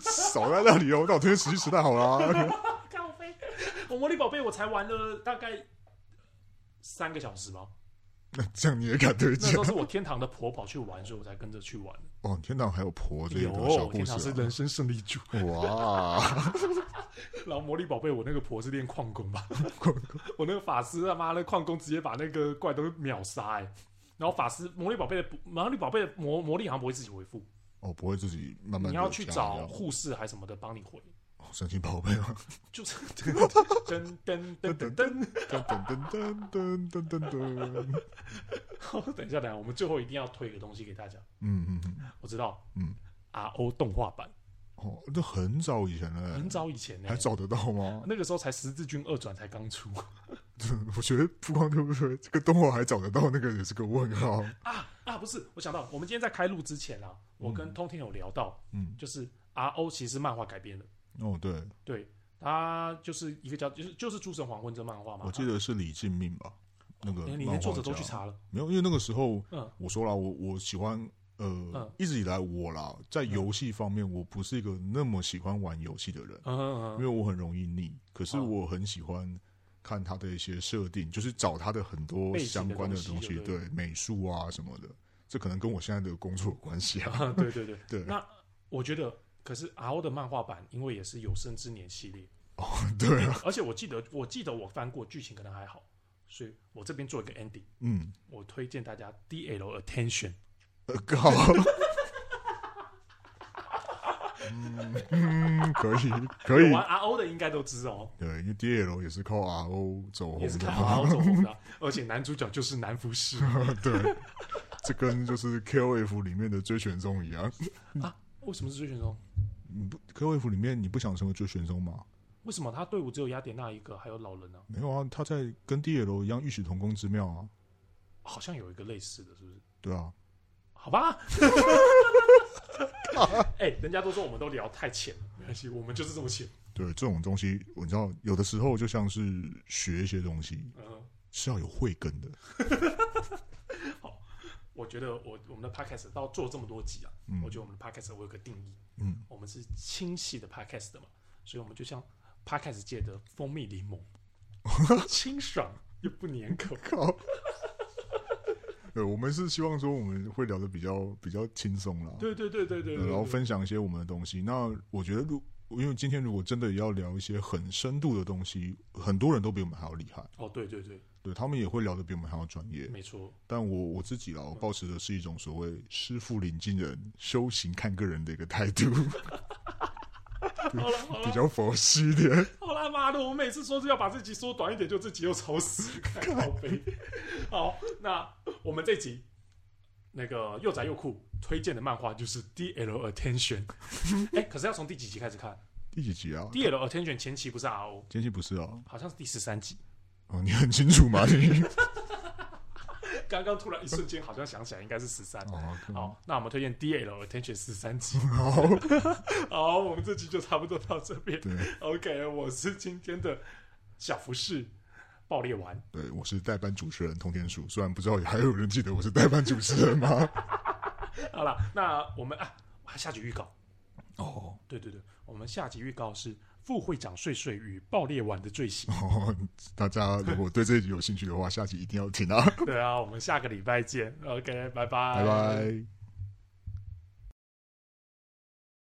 Speaker 1: 少在那里哦，那我推荐《石器时代》好啦。
Speaker 2: 咖啡。 我《魔力宝贝》我才玩了大概三个小时吧，
Speaker 1: 那这样你也敢推
Speaker 2: 那
Speaker 1: 荐
Speaker 2: 时？候是我天堂的婆跑去玩，所以我才跟着去玩。
Speaker 1: 哦，天堂还有婆这个小
Speaker 2: 有，
Speaker 1: 故
Speaker 2: 天
Speaker 1: 事、
Speaker 2: 堂是
Speaker 1: 啊
Speaker 2: 人生胜利组，，
Speaker 1: 哇，
Speaker 2: 然后《魔力宝贝》我那个婆是练矿工吧？ 我那个法师他妈那矿工直接把那个怪都秒杀哎、然后法师魔力宝贝的魔力宝贝的魔魔力好像不会自己回复，
Speaker 1: 哦，不会自己慢慢
Speaker 2: 你
Speaker 1: 地
Speaker 2: 要去
Speaker 1: 加
Speaker 2: 找
Speaker 1: 料
Speaker 2: 护士还什么的帮你回，
Speaker 1: 哦神奇宝贝吗？
Speaker 2: 就是噔噔噔噔噔。
Speaker 1: 噔噔噔噔噔噔噔噔，
Speaker 2: 好 等一下，等一下，我们最后一定要推一个东西给大家。
Speaker 1: 嗯嗯嗯，
Speaker 2: 我知道，
Speaker 1: 嗯
Speaker 2: ，RO 动画版
Speaker 1: 哦，那很早以前了、哎
Speaker 2: 很早以前呢、
Speaker 1: 还找得到吗？
Speaker 2: 那个时候才《十字军二转》才刚出
Speaker 1: 我觉得不光对不对，这个动画还找得到那个也是个问 号。
Speaker 2: 啊啊！不是，我想到，我们今天在开录之前啊，我跟通天有聊到，
Speaker 1: 嗯，
Speaker 2: 就是 RO 其实漫画改编的，
Speaker 1: 哦，对，
Speaker 2: 对，它就是一个叫就是就是《诸神黄昏》这漫画嘛。
Speaker 1: 我记得是李敬命吧，那个
Speaker 2: 啊，你
Speaker 1: 漫
Speaker 2: 连
Speaker 1: 画
Speaker 2: 作者都
Speaker 1: 家
Speaker 2: 去查了，
Speaker 1: 没有？因为那个时候
Speaker 2: 嗯
Speaker 1: 我说了，我我喜欢呃，
Speaker 2: 嗯
Speaker 1: 一直以来我啦，在游戏方面我不是一个那么喜欢玩游戏的人，
Speaker 2: 嗯嗯
Speaker 1: 因
Speaker 2: 嗯
Speaker 1: 为我很容易腻。可是
Speaker 2: 哦
Speaker 1: 我很喜欢看他的一些设定，就是找他的很多
Speaker 2: 背景的
Speaker 1: 相关的
Speaker 2: 东西
Speaker 1: 东西，
Speaker 2: 就对
Speaker 1: 对美术啊什么的，这可能跟我现在的工作有关系 啊。
Speaker 2: 啊，对对对。
Speaker 1: 对
Speaker 2: 那我觉得，可是 RO 的漫画版，因为也是有生之年系 列，
Speaker 1: 对啊，
Speaker 2: 而且我记得，我记得我翻过剧情可能还好，所以我这边做一个 ending，
Speaker 1: 嗯，
Speaker 2: 我推荐大家 DL Attention。
Speaker 1: 呃，靠。嗯嗯，可以，可以
Speaker 2: 有。啊玩 RO 的应该都知道哦，
Speaker 1: 对，因为 DL 也是靠 RO 走红
Speaker 2: 也是
Speaker 1: 的
Speaker 2: 看
Speaker 1: 嘛。
Speaker 2: RO 走红的啊，而且男主角就是男服饰
Speaker 1: 对，这跟就是 KOF 里面的追选中一样。
Speaker 2: 啊。为什么是追选中？
Speaker 1: 你不 KOF 里面你不想成为追选中吗？
Speaker 2: 为什么他队伍只有雅典娜一个，还有老人呢、
Speaker 1: 没有啊，他在跟 DL 一样异曲同工之妙啊，
Speaker 2: 好像有一个类似的，是不是？
Speaker 1: 对啊，
Speaker 2: 好吧。 哎、人家都说我们都聊太浅了，没关系，我们就是这么浅。
Speaker 1: 对啊这种东西，我知道有的时候就像是学一些东西
Speaker 2: 嗯，
Speaker 1: 是要有慧根的，
Speaker 2: 我觉得我我们的 podcast 到做这么多集啊，
Speaker 1: 嗯
Speaker 2: 我觉得我们的 podcast 我有个定义，
Speaker 1: 嗯，
Speaker 2: 我们是清晰的 podcast 的嘛，所以我们就像 podcast 界的蜂蜜柠檬，清爽又不粘口。
Speaker 1: 靠。 对，我们是希望说我们会聊的比较比较轻松啦，
Speaker 2: 对对对对
Speaker 1: 对
Speaker 2: 对对，
Speaker 1: 然后分享一些我们的东西。那我觉得如，因为今天如果真的要聊一些很深度的东西，很多人都比我们还要厉害，
Speaker 2: 哦，对对对，
Speaker 1: 对他们也会聊的比我们还要专业。
Speaker 2: 没错，
Speaker 1: 但我我自己啦，我保持的是一种所谓“师傅领进人，修行看个人”的一个态度，
Speaker 2: 好 了好
Speaker 1: 比
Speaker 2: 了
Speaker 1: 较佛系一点。
Speaker 2: 好了，妈的！我每次说是要把这集缩短一点，就这集又超 时，靠背。好，那我们这集那个又宅又酷推荐的漫画就是《D L Attention》哎、可是要从第几集开始看？
Speaker 1: 第几集啊？
Speaker 2: 《D L Attention》前期不是 R O，
Speaker 1: 今天不是啊？
Speaker 2: 好像是第十三集。
Speaker 1: 哦，你很清楚吗？你
Speaker 2: 刚刚突然一瞬间，好像想起来应该是十三。
Speaker 1: 哦，
Speaker 2: 好，那我们推荐《D L Attention》十三 集。
Speaker 1: 好，
Speaker 2: 好，我们这集就差不多到这边。
Speaker 1: 对
Speaker 2: OK，我是今天的小服饰爆裂丸。
Speaker 1: 对，我是代班主持人通天鼠，虽然不知道还有人记得我是代班主持人吗？
Speaker 2: 好了，那我们啊，下集预告。
Speaker 1: 哦
Speaker 2: 对对对，我们下集预告是副会长睡睡与爆裂丸的罪 行。
Speaker 1: 哦，大家如果对这一集有兴趣的话，下集一定要听啊！
Speaker 2: 对啊，我们下个礼拜见。OK，拜拜，
Speaker 1: 拜拜。